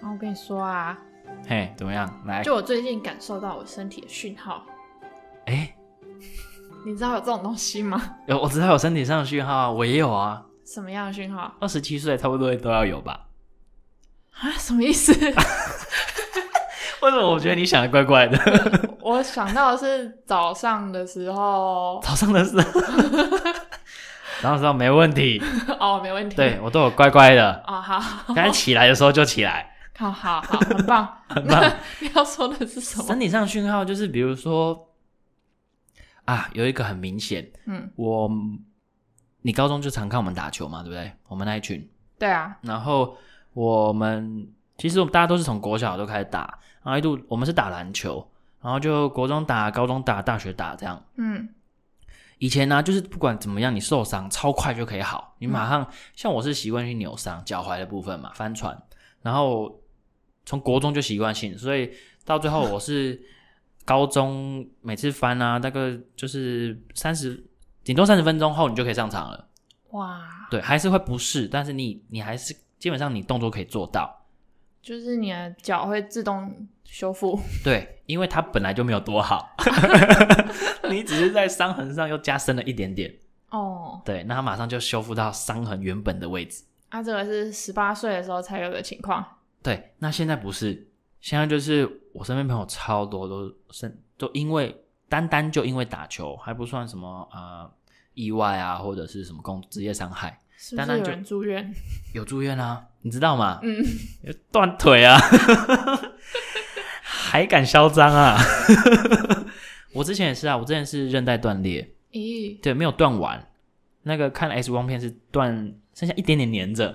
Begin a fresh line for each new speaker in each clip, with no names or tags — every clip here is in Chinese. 然后我跟你说啊，
嘿，怎么样？来，
就我最近感受到我身体的讯号，
哎、
你知道有这种东西吗？
有我知道有身体上的讯号啊，我也有啊，
什么样的讯号
二十七岁差不多都要有吧？
啊？什么意思？
为什么我觉得你想的怪怪的？
我想到的是早上的时候，
早上的事，然后说没问题，
哦，没问题，
对，我都有乖乖的，
哦，好， 好，
该起来的时候就起来。
好，好，好，很棒， 很
棒。
你要说的是什么？
身体上的讯号就是比如说啊，有一个很明显，
嗯，
我你高中就常看我们打球嘛，对不对？我们那一群，
对啊，
然后我们其实我们大家都是从国小都开始打，然后一度我们是打篮球，然后就国中打、高中打、大学打这样。
嗯，
以前呢、就是不管怎么样，你受伤超快就可以好，你马上、像我是习惯去扭伤脚踝的部分嘛，翻船，然后从国中就习惯性，所以到最后我是高中每次翻啊，大概就是三十，顶多三十分钟后你就可以上场了。
哇，
对，还是会不适，但是你你还是基本上你动作可以做到。
就是你的脚会自动修复，
对，因为它本来就没有多好，你只是在伤痕上又加深了一点点。
哦，
对，那它马上就修复到伤痕原本的位置。
啊，这个是十八岁的时候才有的情况，
对，那现在不是，现在就是我身边朋友超多都身都因为单单就因为打球还不算什么呃意外啊，或者是什么工职业伤害，
是不
当然
是有
就
人住院？
有住院啊，你知道吗？
嗯，
断腿啊，还敢嚣张啊！我之前也是啊，我之前是韧带断裂，
咦，
对，没有断完。那个看 X 光片是断，剩下一点点粘着，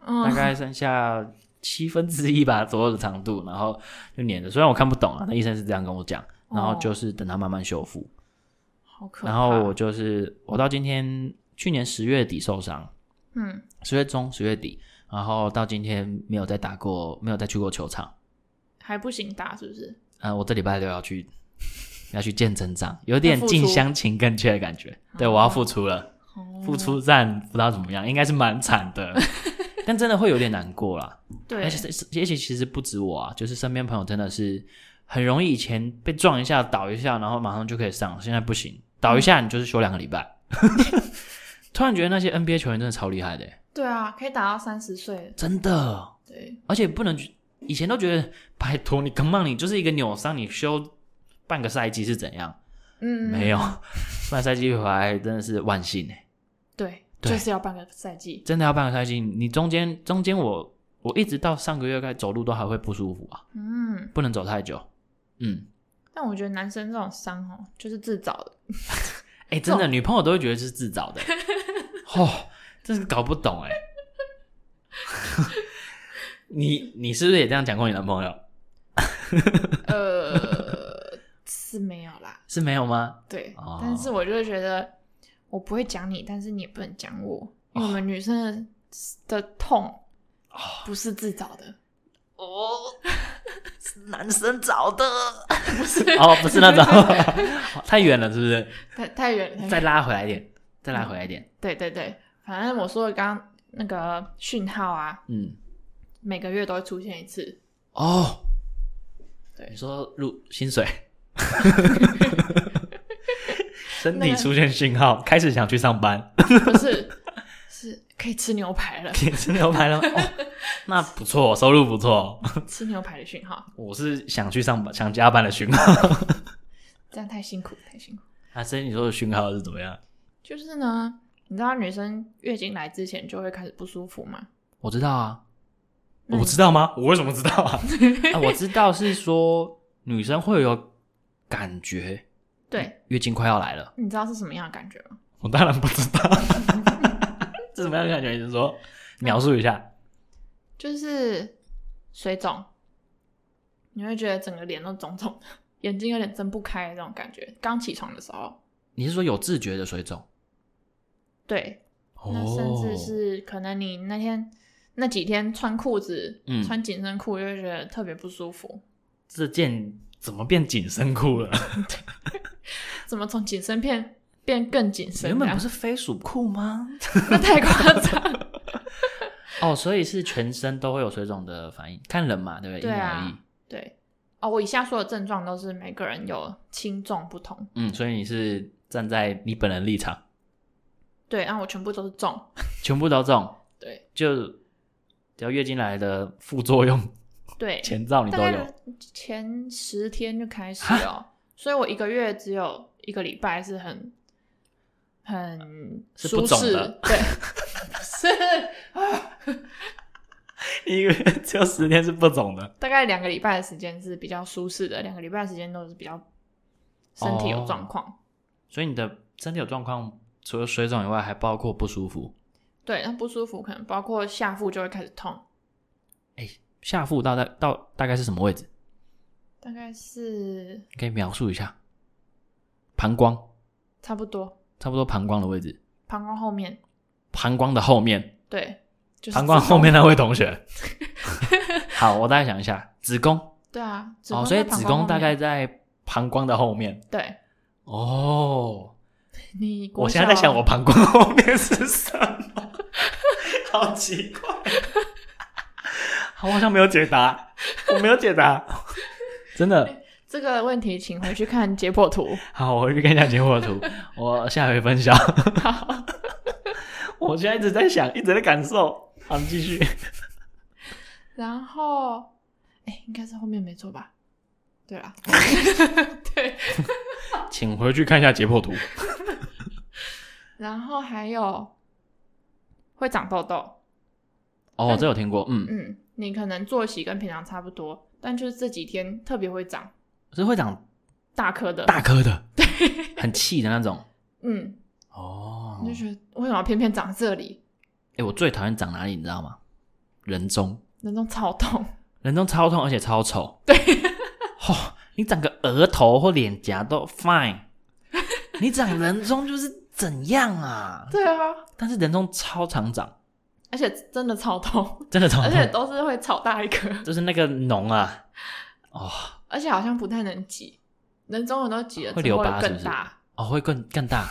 大
嗯，
概剩下七分之一吧左右的长度，然后就粘着。虽然我看不懂啊，那医生是这样跟我讲，然后就是等它慢慢修复。
好哦可怕，
然后我就是我到今天去年十月底受伤，
嗯，
十月中十月底，然后到今天没有再打过，没有再去过球场。
还不行打是不是？
呃，我这礼拜六要去 要去见真章，有点近乡情更怯的感觉。对，我要付出了，
哦
付出战不知道怎么样，应该是蛮惨的， 但真的会有点难过啦。
对
而，且是而且其实不止我啊，就是身边朋友真的是很容易以前被撞一下倒一下，然后马上就可以上，现在不行，倒一下你就是休两个礼拜。 突然觉得那些 NBA 球员真的超厉害的欸，
对啊，可以打到三十岁，
真的，
对，
而且不能去，以前都觉得拜托你 come on，你就是一个扭伤，你休半个赛季是怎样？
嗯，
没有，半个赛季回来真的是万幸哎，
对，
对
就是要半个赛季。
真的要半个赛季，你中间中间我我一直到上个月该走路都还会不舒服啊，
嗯，
不能走太久。嗯，
但我觉得男生这种伤哦，就是自找的。
哎、真的，女朋友都会觉得是自 找的欸，哦，真是搞不懂哎。 你你是不是也这样讲过你男朋友？
呃，是没有啦，
是没有吗？
对。
哦
但是我就会觉得，我不会讲你，但是你也不能讲我，因为我
哦
们女生的的痛不是自找的，
哦，是男生找 的。
不是
哦，不是那种， 太远了，是不是？
太太远了。
再拉回来一点，再拉回来一点。
对对对，反正我说的刚刚那个讯号啊，
嗯，
每个月都会出现一次。
哦，
对
你说入薪 水，身
那
体
个
出现信号，开始想去上 班，
不是， 是可以吃牛排 了，
你吃牛排了吗？哦，那不错，收入不错。
吃牛排的讯号，
我是想去上班，想加班的讯号。
这样太辛苦，太辛苦。
啊，所以你说的讯号是怎么样？
就是呢，你知道女生月经来之前就会开始不舒服吗？
我知道啊，
那
我
你
知道吗？我为什么知道啊？啊我知道是说女生会有感觉，
对，
月经快要来了。
你知道是什么样的感觉吗？
我当然不知 道，这什么样的感觉？你是说描述一下？
就是水肿，你会觉得整个脸都肿肿的， 眼睛有点睁不开的那种感觉。刚起床的时候，
你是说有自觉的水肿？
对，
哦
那甚至是可能你那天那几天穿裤子，
嗯
穿紧身裤，就会觉得特别不舒服。
这件怎么变紧身裤了？
怎么从紧身片变更紧身
原
这
本
样？
不是飞鼠裤吗？
那太夸张。
哦，所以是全身都会有水肿的反应，看人嘛，对不对？
对
因人而
啊
异。
对，哦，我以下所有症状都是每个人有轻重不同。
嗯，所以你是站在你本人立场，
对，然后我全部都是重。
全部都中，
对
就只要月经来的副作用
对，
前兆你
大
都有
概。前十天就开始了，所以我一个月只有一个礼拜是很很
是
舒
不肿
适，
的
对， 是
你以为只有十天是不肿的，
大概两个礼拜的时间是比较舒适的，两个礼拜的时间都是比较身
哦
体有状况。
所以你的身体有状况，除了水肿以外，还包括不舒服。
对，那不舒服可能包括下腹就会开始痛，
下腹到大到大概是什么位置？
大概是
你可以描述一下。膀胱，
差不多
差不多膀胱的位置，
膀胱后面，
膀胱的后面，
对，就是
膀胱
子宫
后面那位同学。 好，我大概想一下，子宫
对啊，子宫
哦，所以
在膀
子
胱后
宫大
面
概在膀胱的后面。
对
哦，
你国
我现在在
小
想我膀胱后面是 什么，好奇怪，我好像没有解答，我没有解答，真的。
这个问题，请回去看解剖图。
好，我回去看一下解剖 图，我下回分享。
好，
我现在一直在想，一直在感受。好，你继续。
然后，哎、应该是后面没错吧？对啊啦，对，
请回去看一下解剖图。
然后还有会长痘痘，
哦，这有听过，嗯，
嗯，你可能作息跟平常差不多，但就是这几天特别会长
是会长
大颗的，
大颗的，很气的那种。
嗯，
哦
你就觉得为什么偏偏长这里？
哎、我最讨厌长哪里，你知道吗？人中，
那种超痛，
人中超痛，而且超丑。对，哦，你长个额头或脸颊 都 fine，你长人中就是怎样啊？
对啊，
但是人中超常长，
而且真的超痛，
真的超
而
痛，
且都是会超大一颗，
就是那个脓啊，哦
而且好像不太能挤，人中人都挤了
会
之后
留疤
会
是不
更
是
大。
哦，会更更大，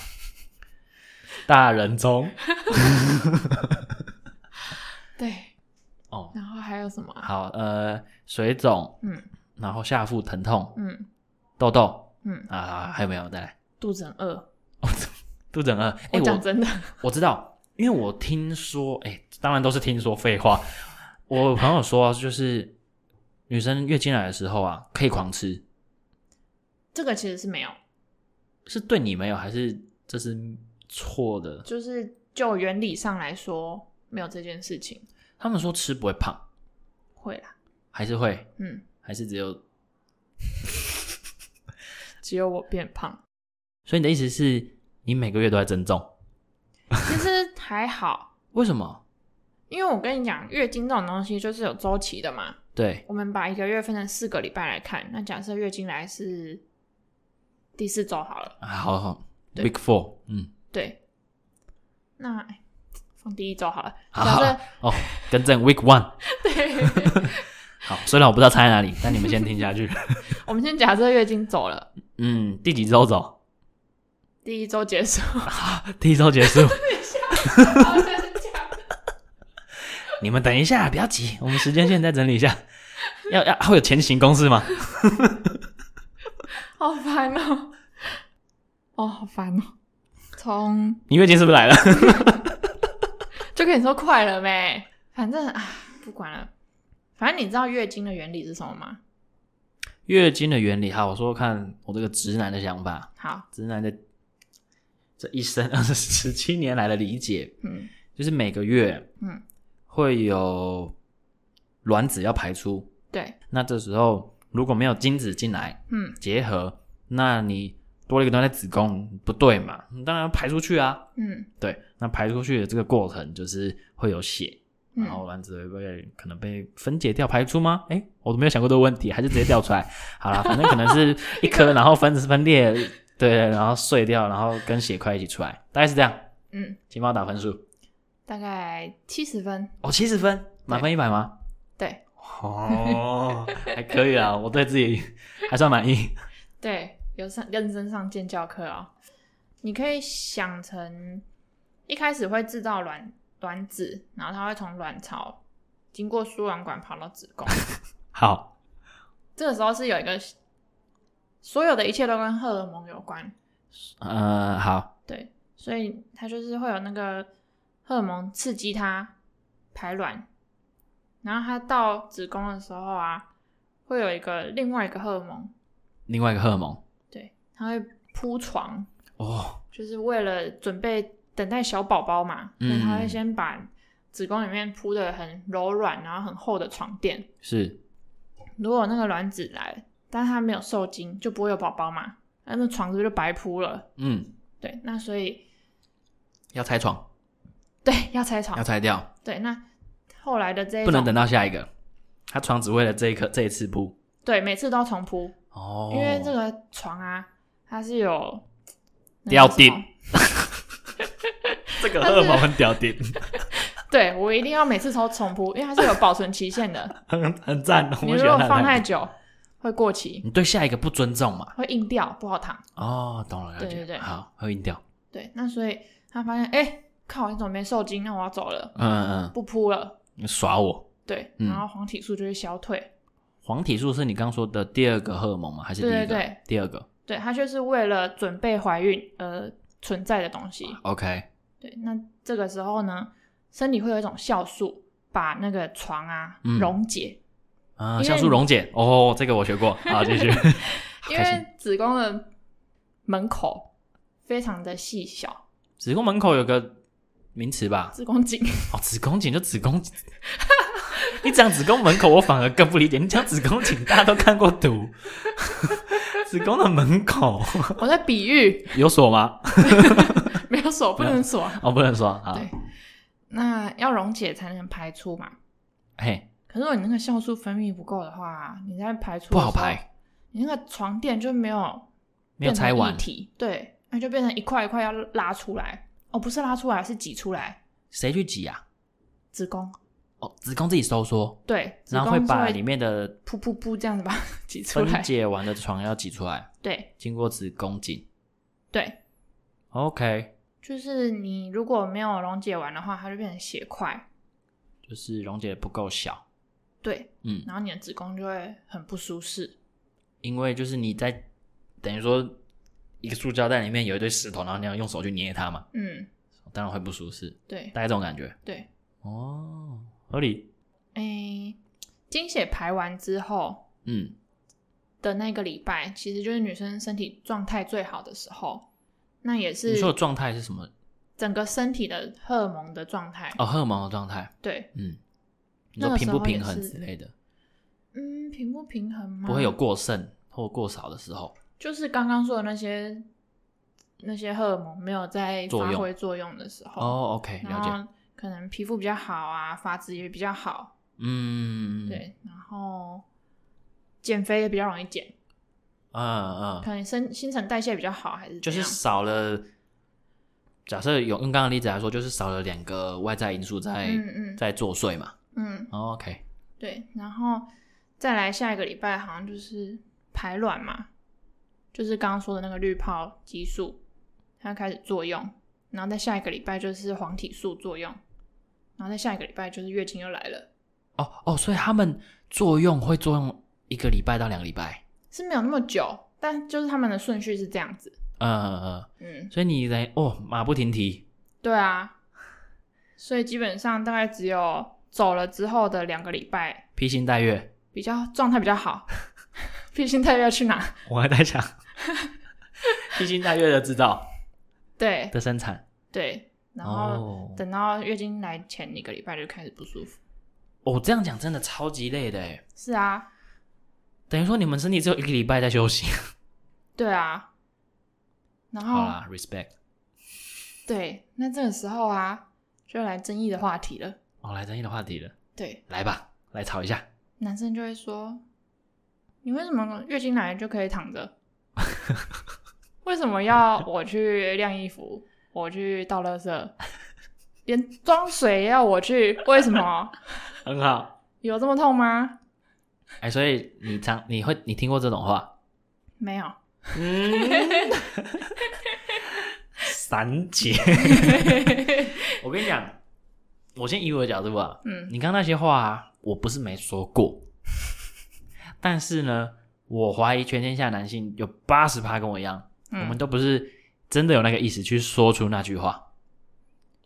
大人中
对，
哦。
然后还有什么啊？
好，呃，水肿，
嗯
然后下腹疼痛，
嗯
痘痘
嗯，
啊，还有没有？再来，
肚子很饿。
肚子很饿。哎、
我
我
讲真的，
我知道，因为我听说，哎、当然都是听说废话。我朋友说，就是女生月经来的时候啊，可以狂吃，
这个其实是没有，
是对你没有，还是这是错的？
就是就原理上来说没有这件事情，
他们说吃不会胖，
会啦，
还是会，
嗯，
还是只有？
只有我变胖，
所以你的意思是你每个月都在增重？
其实还好，
为什么？
因为我跟你讲，月经这种东西就是有周期的嘛，
对，
我们把一个月分成四个礼拜来看，那假设月经来是第四周好了，
啊，好好
对
，Big Four，嗯，
对，那哎放第一周好了，
好
假
好
设
哦，更正 Week One。
对。
好，虽然我不知道猜哪里，但你们先听下去。
我们先假设月经走了，
嗯，第几周走？
第一周结束，
第一周结束。
好像是这样
你们等一下，不要急，我们时间线再整理一下。 要要会有前行公式吗？
好烦哦、哦，好烦哦、从
你月经是不是来了？
就跟你说快了没，反正啊，不管了，反正你知道月经的原理是什么吗？
月经的原理，好，我说说看我这个直男的想法，
好，
直男的这一生二十十七年来的理解，
嗯
就是每个月
嗯，
会有卵子要排出，
对，
那这时候如果没有精子进来
嗯
结合，那你多了一个东西在子宫，不对嘛？你当然要排出去啊。
嗯
对，那排出去的这个过程就是会有血，然
嗯，
后卵子会被可能被分解掉排出吗？哎、我都没有想过这个问题，还是直接掉出来？好啦，反正可能是一颗，然后分分裂，对，然后碎掉，然后跟血块一起出来，大概是这样。
嗯，
请帮我打分数。
大概七十分，
哦，七十分，满分一百吗？
对
哦， 还可以啊，我对自己还算满意。
对，有上认真上健教课哦，你可以想成一开始会制造卵卵子，然后它会从卵巢经过输卵管跑到子宫。
好，
这个时候是有一个，所有的一切都跟荷尔蒙有关，
呃，好，
对，所以它就是会有那个荷尔蒙刺激它排卵，然后它到子宫的时候啊，会有一个另外一个荷尔蒙，
另外一个荷尔蒙
对，它会铺床，
哦，
就是为了准备等待小宝宝嘛，
嗯
所以他会先把子宫里面铺的很柔软，然后很厚的床垫。
是
如果那个卵子来，但它没有受精，就不会有宝宝嘛，那那床子就白铺了。
嗯，
对，那所以
要拆床，
对要拆
要
床，
啊拆掉，
对，那后来的这一
不能
种
等到下一个，他床只为了这一刻这一次铺
对，每次都要重铺，
哦，
因为这个床啊，它是有
吊顶，
那个叫什么
这个荷尔蒙很屌顶，
对我一定要每次都重铺，因为它是有保存期限的，
很 很赞哦，
你
我
如
喜
果
欢他
放
的
太
态度
久会过期，
你对下一个不尊重嘛？
会硬掉，不好躺。
哦，懂了，了解，
对对对
好，会晕掉，
对，那所以他发现，哎、靠，你怎么没受精？那我要走了，
嗯嗯嗯，
不铺了。
你耍我。
对，
嗯
然后黄体素就会消退。
黄体素是你刚说的第二个荷尔蒙吗？还是第一个？
对对对
第二个。
对，它就是为了准备怀孕而存在的东西。
OK，
对，那这个时候呢，身体会有一种酵素把那个床啊、
嗯
溶解，因
啊，
为
酵素溶解哦，这个我学过。好，继续。
因
开心
为子宫的门口非常的细小，
子宫门口有个名词吧？
子宫 颈。
哦，子宫颈就 子宫。你讲子宫门口，我反而更不理解。你讲子宫颈，大家都看过图。 子宫的门口
我在比喻，
有锁吗？
没有锁，不能 锁。
哦，不能说啊。
对，那要溶解才能排出嘛。
嘿，
可是如果你那个酵素分泌不够的话，你在排出的
不好
时候
排，
你那个床垫就没有
没有拆
变成
完
一，体，对，那就变成一块一块要拉出来。哦，不是拉出来，是挤出来，
谁去挤啊？
子宫
哦，子宫自己收缩，
对，子
然后会
宫是
把
会
里面的
噗噗噗这样子把它 挤出
分
来，
解完的床要挤出来，
对
经过子宫颈。
对，
OK，
就是你如果没有溶解完的话，它就变成血块，
就是溶解得不够小。
对，
嗯，
然后你的子宫就会很不舒适，
因为就是你在等于说一个塑胶袋里面有一堆石头，然后你要用手去捏它嘛，
嗯，
当然会不舒适，
对
大概这种感觉。
对，
哦，合理。
诶，经血排完之后，
嗯，
的那个礼拜，其实就是女生身体状态最好的时候，那也
你
是
说的状态是什么？
整个身体的荷尔蒙的状态。
哦，荷尔蒙的状态。
对，
嗯，你
那
说
个时
平
候
不平衡
也是
之类的，
嗯，平不平衡吗？
不会有，过剩或过少的时候。
就是刚刚说的那些那些荷尔蒙没有在
作
发
用
挥作用的时候，
哦，OK，了
然
解。
后可能皮肤比较好啊，发质也比较好，
嗯，，
对，然后减肥也比较容易减，
嗯嗯，
可能新新陈代谢比较好，还是
就
怎
是
样
少了。假设有用刚刚的例子来说，就是少了两个外在因素在、
嗯嗯
在作祟嘛。
嗯，
哦 OK，
对，然后再来下一个礼拜，好像就是排卵嘛，就是刚刚说的那个滤泡激素，它开始作用，然后在下一个礼拜就是黄体素作用，然后在下一个礼拜就是月经又来了，
哦哦，所以他们作用会作用一个礼拜到两个礼拜，
是没有那么久，但就是他们的顺序是这样子。
嗯嗯嗯，
嗯，
所以你来哦，马不停蹄，
对啊，所以基本上大概只有走了之后的两个礼拜
披星戴月。
比较状态比较好， 毕竟太要去哪？
我还在 想披星戴月的制造
对
的生产，
对，然后。
哦，
等到月经来前一个礼拜就开始不舒服。
我、哦这样讲真的超级累的哎，
是啊，
等于说你们身体只有一个礼拜在休息。
对啊。然
好
后
啦，respect。
对，那这个时候啊，就来争议的话题了。
哦，来争议的话题了，
对，
来吧，来吵一下。
男生就会说：“你为什么月经来就可以躺着？为什么要我去晾衣服，我去倒垃圾，连装水也要我去？为什么？
很好。
有这么痛吗？
哎，所以你常你会你听过这种话？
没有。
嗯，三姐，我跟你讲，我先以我的角度啊，
嗯，
你刚那些话、啊，我不是没说过，但是呢，我怀疑全天下男性有八十趴跟我一样，
嗯
我们都不是真的有那个意思去说出那句话，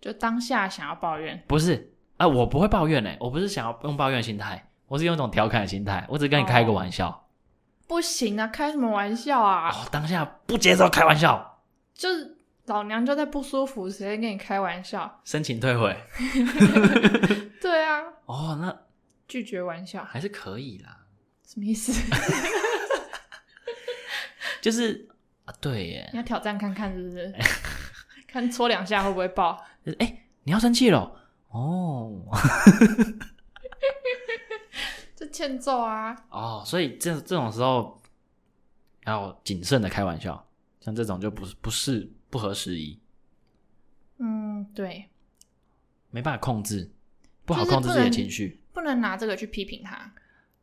就当下想要抱怨，
不是啊，我不会抱怨呢、我不是想要用抱怨的心态，我是用一种调侃的心态，我只是跟你开个玩笑，
不行啊，开什么玩笑
哦
啊？
当下不接受开玩笑，
就是老娘就在不舒服，谁会跟你开玩笑？
申请退回，
对啊，
哦，那
拒绝玩笑
还是可以啦，
什么意思？
就是啊，对耶
你，要挑战看看是不 是？看搓两下会不会爆？
就是哎、你要生气了，哦。
这欠揍啊！
哦，所以这这种时候要谨慎的开玩笑，像这种就不是不是不合时宜，
嗯，对，
没办法控制，不
就
好
是
控制
不
自己的
能
情绪，
不能拿这个去批评他。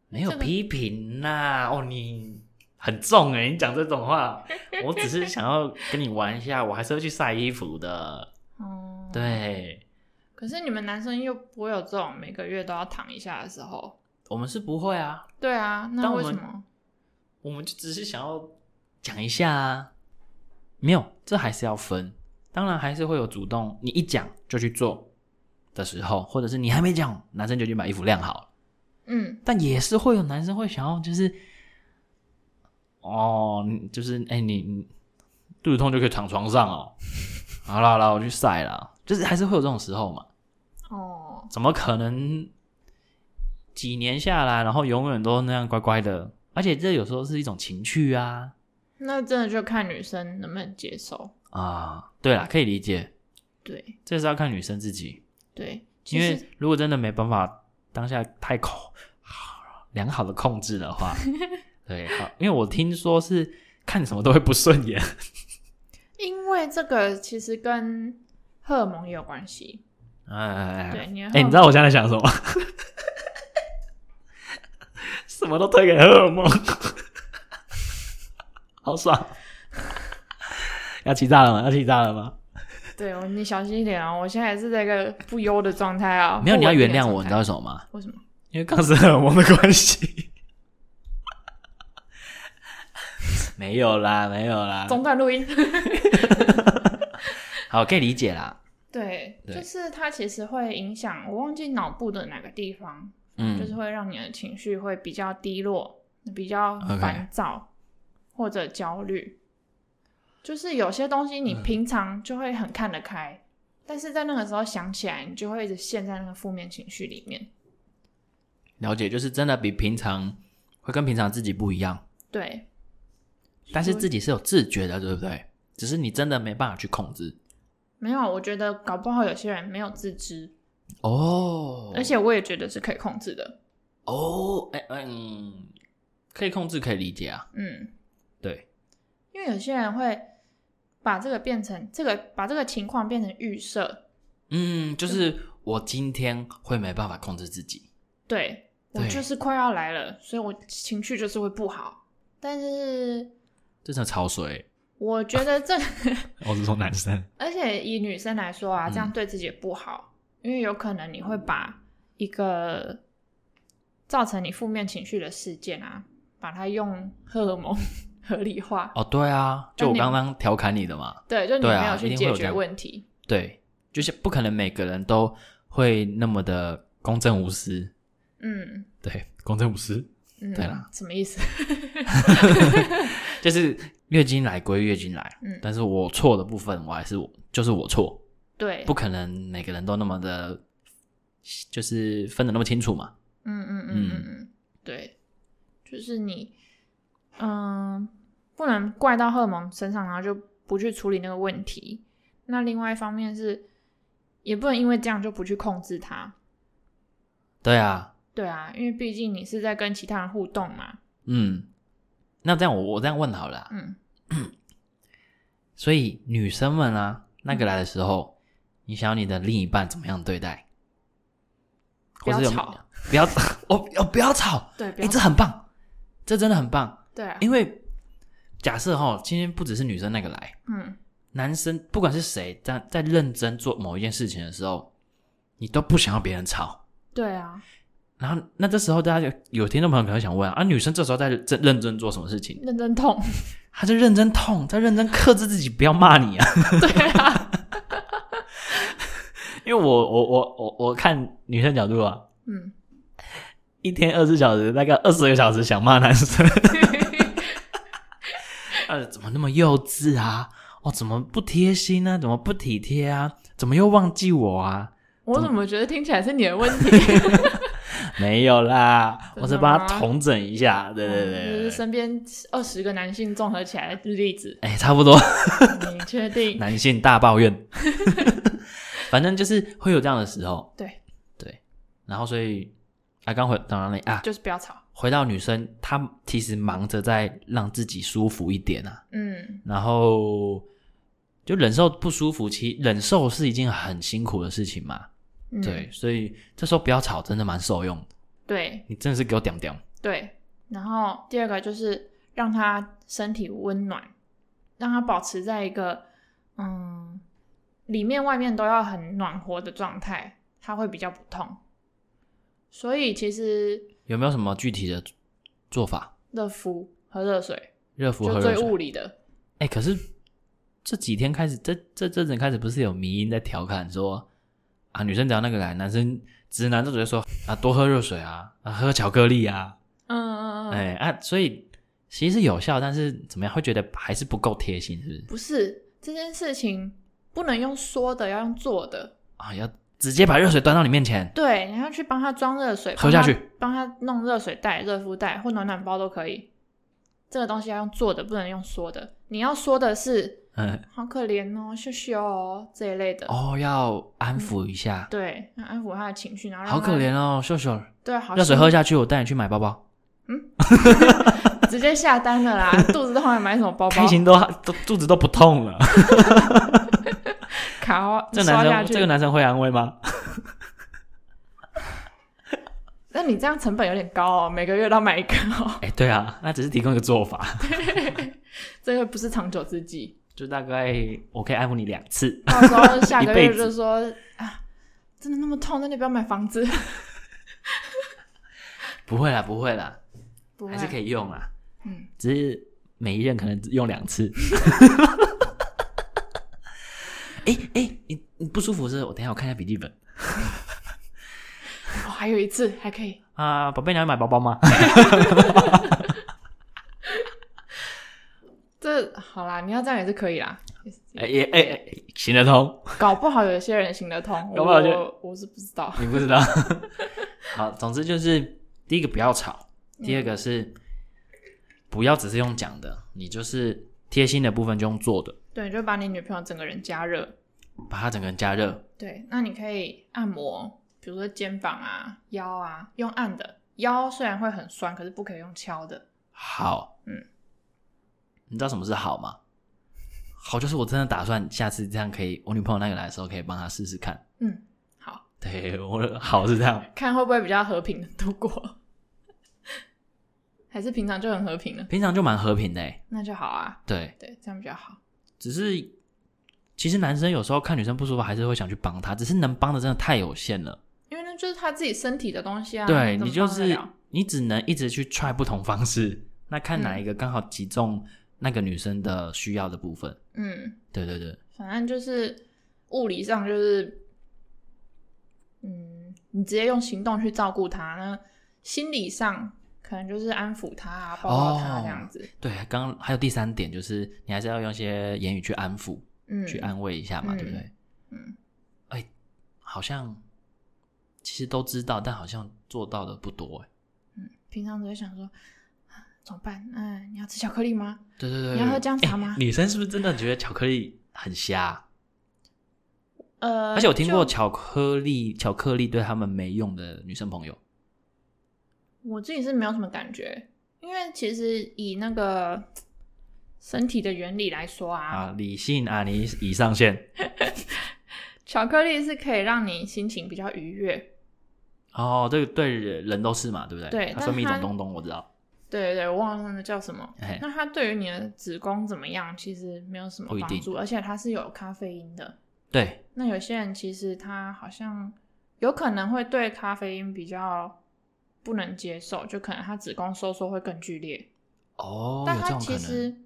没有
这个
批评啦、哦，你很重哎、你讲这种话，我只是想要跟你玩一下，我还是会去晒衣服的，
哦、。
对。
可是你们男生又不会有这种每个月都要躺一下的时候。
我们是不会啊，
对啊，那
但我
为
们
什么？
我们就只是想要讲一下啊，没有，这还是要分。当然还是会有主动，你一讲就去做的时候，或者是你还没讲，男生就去把衣服晾好了。
嗯，
但也是会有男生会想要，就是哦，你就是哎、你你肚子痛就可以躺床上哦。 好啦好啦，我去晒啦，就是还是会有这种时候嘛。
哦，
怎么可能几年下来，然后永远都那样乖乖的？而且这有时候是一种情趣啊。
那真的就看女生能不能接受。
啊，对啦，可以理解，
对
这是要看女生自己，
对，其
因
实
为如果真的没办法当下太控良好的控制的 话，对，好，因为我听说是看什么都会不顺眼，
因为这个其实跟荷尔蒙也有关系。
哎，
对，你的
哎、
荷尔
你知道我现在在想什么？ 什么都推给荷尔蒙， 好爽！要气炸了吗？要气炸了吗？
对我，你小心一点哦！我现在也是在一个不优的状态啊。
没有，你要原谅我，
不稳定的状
你知
态
道为什么吗？
为什么？
因为刚是荷尔蒙的关系。 没有啦，没有啦，
中断录 音。
好，可以理解啦。
对，
对
就是它其实会影响，我忘记脑部的哪个地方，就是
嗯，
会让你的情绪会比较低落，比较
OK
烦躁或者焦虑。就是有些东西你平常就会很看得开，但是在那个时候想起来，你就会一直陷在那个负面情绪里面。
了解，就是真的比平常会跟平常自己不一样，
对，
但是自己是有自觉的，对不对？只是你真的没办法去控制
没有，啊我觉得搞不好有些人没有自知，
哦，
而且我也觉得是可以控制的。
哦，哎、嗯，可以控制，可以理解啊。
嗯，
对，
因为有些人会把这个变成这个把这个情况变成预设，
嗯，就是我今天会没办法控制自己，
对我
对
就是快要来了，所以我情绪就是会不好。但是
这真的超水。
我觉得这，
我哦是说男生，
而且以女生来说啊，这样
嗯
对自己也不好，因为有可能你会把一个造成你负面情绪的事件啊，把它用荷尔蒙 合理化。
哦，对啊，就我
那你
刚刚调侃你的嘛。
对，就你
对啊
没有
一
去
定会有
解
这
决
样
问题。
对，就是不可能每个人都会那么的公正无私。
嗯
对，公正无私
嗯，
对啦
什么意思？
就是月经来归月经来，
嗯
但是我错的部分我还是我，就是我错，
对，
不可能每个人都那么的，就是分的那么清楚嘛。
嗯嗯嗯
嗯
嗯嗯，对，就是你，嗯，不能怪到荷尔蒙身上，然后就不去处理那个问题。那另外一方面是，也不能因为这样就不去控制它。
对啊，
对啊，因为毕竟你是在跟其他人互动嘛。
嗯，那这样我我这样问好了啊、
嗯，
所以女生们啊，那个来的时
嗯
候，你想要你的另一半怎么样对待？
不要
或是有没有
吵，
不要 哦哦不要吵，
对，不
哎、
要
这很棒，这真的很棒。
对啊，
因为假设哈，今天不只是女生那个来，
嗯
男生不管是谁，在在认真做某一件事情的时候，你都不想要别人吵。
对啊，
然后，那这时候大家就有听众朋友可能想问啊，啊女生这时候在认认真做什么事情？
认真痛，
她在认真痛，在认真克制自己，不要骂你啊。
对啊，
因为我我我我我看女生角度啊，
嗯，
一天二十四小时，大概二十个小时想骂 男生，呃，怎么那么幼稚啊？哦，怎么不贴心呢、怎么不体贴啊？怎么又忘记我啊？
我怎么觉得听起来是你的问题？
没有啦，
真的吗
我是帮他统整一下，对对
就
对
是
对对，
身边二十个男性综合起来的例 子，
哎、差不多，
你确定？
男性大抱怨， 反正就是会有这样的时候，
对，
对，然后所以啊，刚回到哪里啊？
就是不要吵。
回到女生，她其实忙着在让自己舒服一点啊，
嗯，
然后就忍受不舒服，其忍受是一件很辛苦的事情嘛。
嗯
对，所以这时候不要吵，真的蛮受用的。
对
你真的是给我屌屌，
对。然后第二个就是让他身体温暖，让他保持在一个嗯里面外面都要很暖和的状态，他会比较不痛。所以其实
有没有什么具体的做法？
热敷和热水
热敷
就
和
最
热水？
物理的，
哎、可是这几天开始，这这这阵开始不是有迷因在调侃说啊，女生只要那个来，男生直男就直接说啊，多喝热水啊，啊喝巧克力啊，
嗯嗯嗯，
哎、啊，所以其实是有效，但是怎么样会觉得还是不够贴心，是不是？
不是这件事情不能用说的，要用做的。
啊，要直接把热水端到你面前。
对，你要去帮他装热水，
喝下去
帮他，帮他弄热水袋、热敷袋或暖暖包都可以。这个东西要用做的，不能用说的。你要说的是
嗯，
“好可怜哦，羞羞哦”这一类的，
哦，要安抚一下，
对，那安抚他的情绪，然后让
好可
他，
怜哦，秀秀，
对，好
热水
心
喝下去，我带你去买包包，
直接下单了 啦，肚子痛还买什么包包？
开心都都肚子都不痛 了。
卡哦，
这
刷
男
下
生
去，
这个男生会安慰吗？
那你这样成本有点高哦，每个月都要买一个哦，
哎，对啊，那只是提供一个做法，
这个不是长久之计。
就大概我可以安抚你两次。
到时候下
一
个
辈
月
子
就说啊，真的那么痛，那你不要买房子，
不会啦，不会啊啦，
不
还是可
以。
以用啦，
嗯，
只是每一任可能只用两 次。哎哎，你你不舒服是不是？我等一下我看一下笔记本
哦，还有一次还可以，
啊，宝贝，你要买包包吗？
这好啦，你要这样也是可以啦，
哎哎哎哎，行得通。
搞不好有些人行得通，
搞不好就
我我是不知道。
你不知道。好，总之就是第一个不要吵，
嗯
第二个是不要只是用讲的，你就是贴心的部分就用做的，
对，就把你女朋友整个人加热。
把它整个人加热。
对，那你可以按摩，比如说肩膀啊、腰啊，用按的。腰虽然会很酸，可是不可以用敲的。
好，
嗯，
你知道什么是好吗？好就是我真的打算下次这样可以，我女朋友那个来的时候可以帮她试试看。
嗯，好
对我的好是这样，
看会不会比较和平的度过， 还是平常就很和平了，
平常就蛮和平的欸，
那就好啊。
对，
对，这样比较好。
只是其实男生有时候看女生不舒服，还是会想去帮她，只是能帮的真的太有限了。
因为那就是他自己身体的东西啊。
对
怎么
你就
帮得
是
了
你只能一直去 try 不同方式，那看哪一
嗯
个刚好击中那个女生的需要的部分。
嗯，
对对对，
反正就是物理上就是，嗯，你直接用行动去照顾他，那心理上可能就是安抚他、啊、抱抱他
哦
这样子。
对，刚刚还有第三点就是，你还是要用一些言语去安抚、
嗯，
去安慰一下嘛，
嗯
对不对？
嗯，
哎、好像其实都知道，但好像做到的不多哎。
平常只会想说啊怎么办？嗯，你要吃巧克力吗？
对对对，
你要喝
对
姜茶吗
哎女生是不是真的觉得巧克力很瞎？
呃，
而且我听过
就
巧克力，巧克力对他们没用的女生朋友。
我自己是没有什么感觉，因为其实以那个身体的原理来说
啊，理性啊，你已上线
巧克力是可以让你心情比较愉悦，
哦，这个对人都是嘛，对不对？
对
它
但
分泌一种
它
东东，我知道，
对对对，我忘了那个叫什么。
哎，
那它对于你的子宫怎么样，其实没有什么
不一定
帮助，而且它是有咖啡因的。
对，
那有些人其实他好像有可能会对咖啡因比较不能接受，就可能他子宫收缩会更剧烈。
哦，
但
有这
它
种可
其
能。
实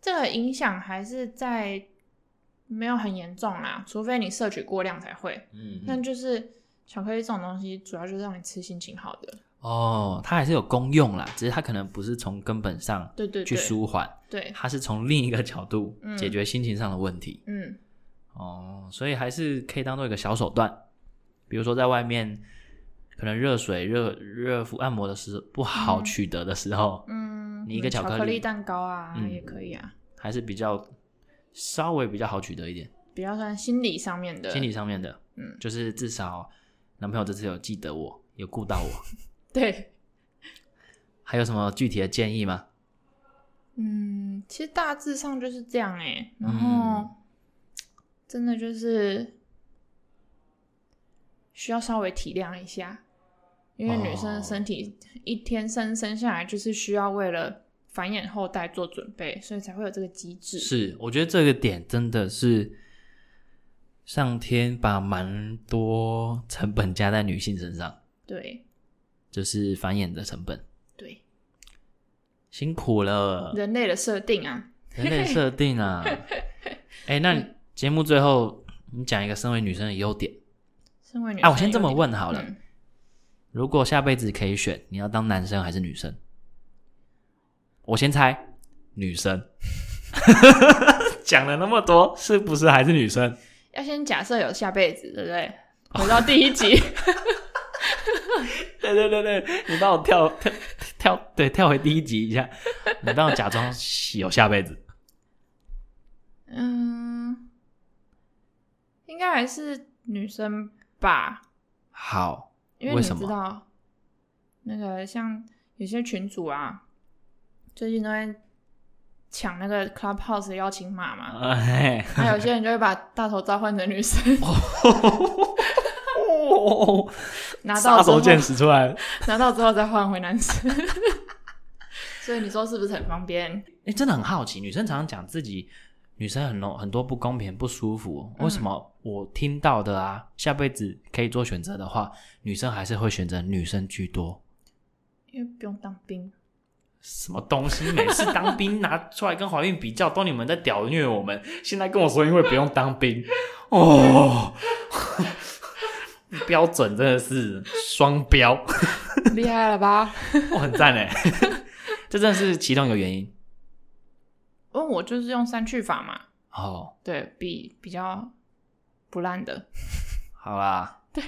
这个影响还是在没有很严重啦，除非你摄取过量才会。
嗯，
但
嗯
就是巧克力这种东西，主要就是让你吃心情好的。
哦，它还是有功用啦，只是它可能不是从根本上
对对
去
对，
舒缓，
对，
它是从另一个角度
嗯
解决心情上的问题。
嗯，
哦，所以还是可以当做一个小手段，比如说在外面可能热水、热热敷按摩的时不好
嗯
取得的时候，
嗯，
你一个
巧
巧克力
力蛋糕啊、
嗯
也可以啊，
还是比较稍微比较好取得一点，
比较算心理上面的，
心理上面的，
嗯
就是至少男朋友这次有记得我，有顾到我，
对，
还有什么具体的建议吗？
嗯，其实大致上就是这样哎、然后、
嗯
真的就是需要稍微体谅一下，因为女生
哦
的身体一天生生下来就是需要为了繁衍后代做准备，所以才会有这个机制。，
是，我觉得这个点真的是上天把蛮多成本加在女性身上，
对
就是繁衍的成本，
对，
辛苦了。
人类的设定啊，
人类设定 啊。哎、那
嗯
你节目最后你讲一个身为女生的优点
身为女
啊，
生
我先这么
有点
问好了，
嗯
如果下辈子可以选，你要当男生还是女生？我先猜，女生。 讲了那么多，是不是还是女生？
要先假设有下辈子，对不 对？回到第一集，
对对对对，你帮我跳跳跳，对，跳回第一集一下，你帮我假装有下辈子。
嗯，应该还是女生吧，
好，
因为
为
你
什么
知道，那个像有些群主啊，最近都在抢那个 Clubhouse 的邀请码嘛，
哎、
还有些人就会把大头照换成女生，
哦，
拿
杀
到之
手
后
锏使出来了。
拿到之后再换回男生， 所以你说是不是很方便？
哎、真的很好奇，女生常常讲自己女生很多很多不公平、不舒服，
嗯
为什么我听到的啊，下辈子可以做选择的话，女生还是会选择女生居多？
因为不用当兵，
什么东西？每次当兵拿出来跟怀孕比较，都你们在屌虐我们。现在跟我说因为不用当兵，哦，标准真的是双标，
厉害了吧？
我很赞哎，这真的是其中一个原因
因为我就是用删去法嘛，
哦。
对比比较不烂的，
好啦，
对，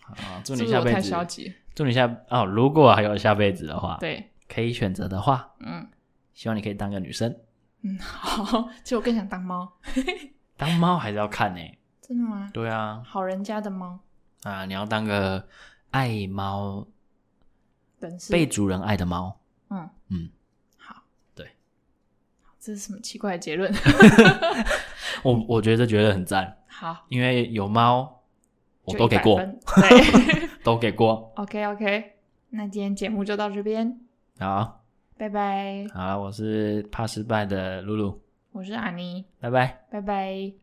好，祝
是不
你
是
下
我
辈
太
子
消极？
祝你下哦，如果还有下辈子的话，
对，
可以选择的话，
嗯
希望你可以当个女生，
嗯，好，其实我更想当猫，
当猫还是要看呢、
真的吗？
对啊，
好人家的猫，
啊，你要当个爱猫、
本事
被主人爱的猫。
嗯
嗯，
好，
对，
这是什么奇怪的结论？
我我觉得这觉得很赞，
好，
因为有猫，我
就
都给过
100，分。 对
都给过。
，OK OK，那今天节目就到这边，
好，
拜拜，
好，我是怕失败的露露，
我是阿妮，
拜拜。
拜拜。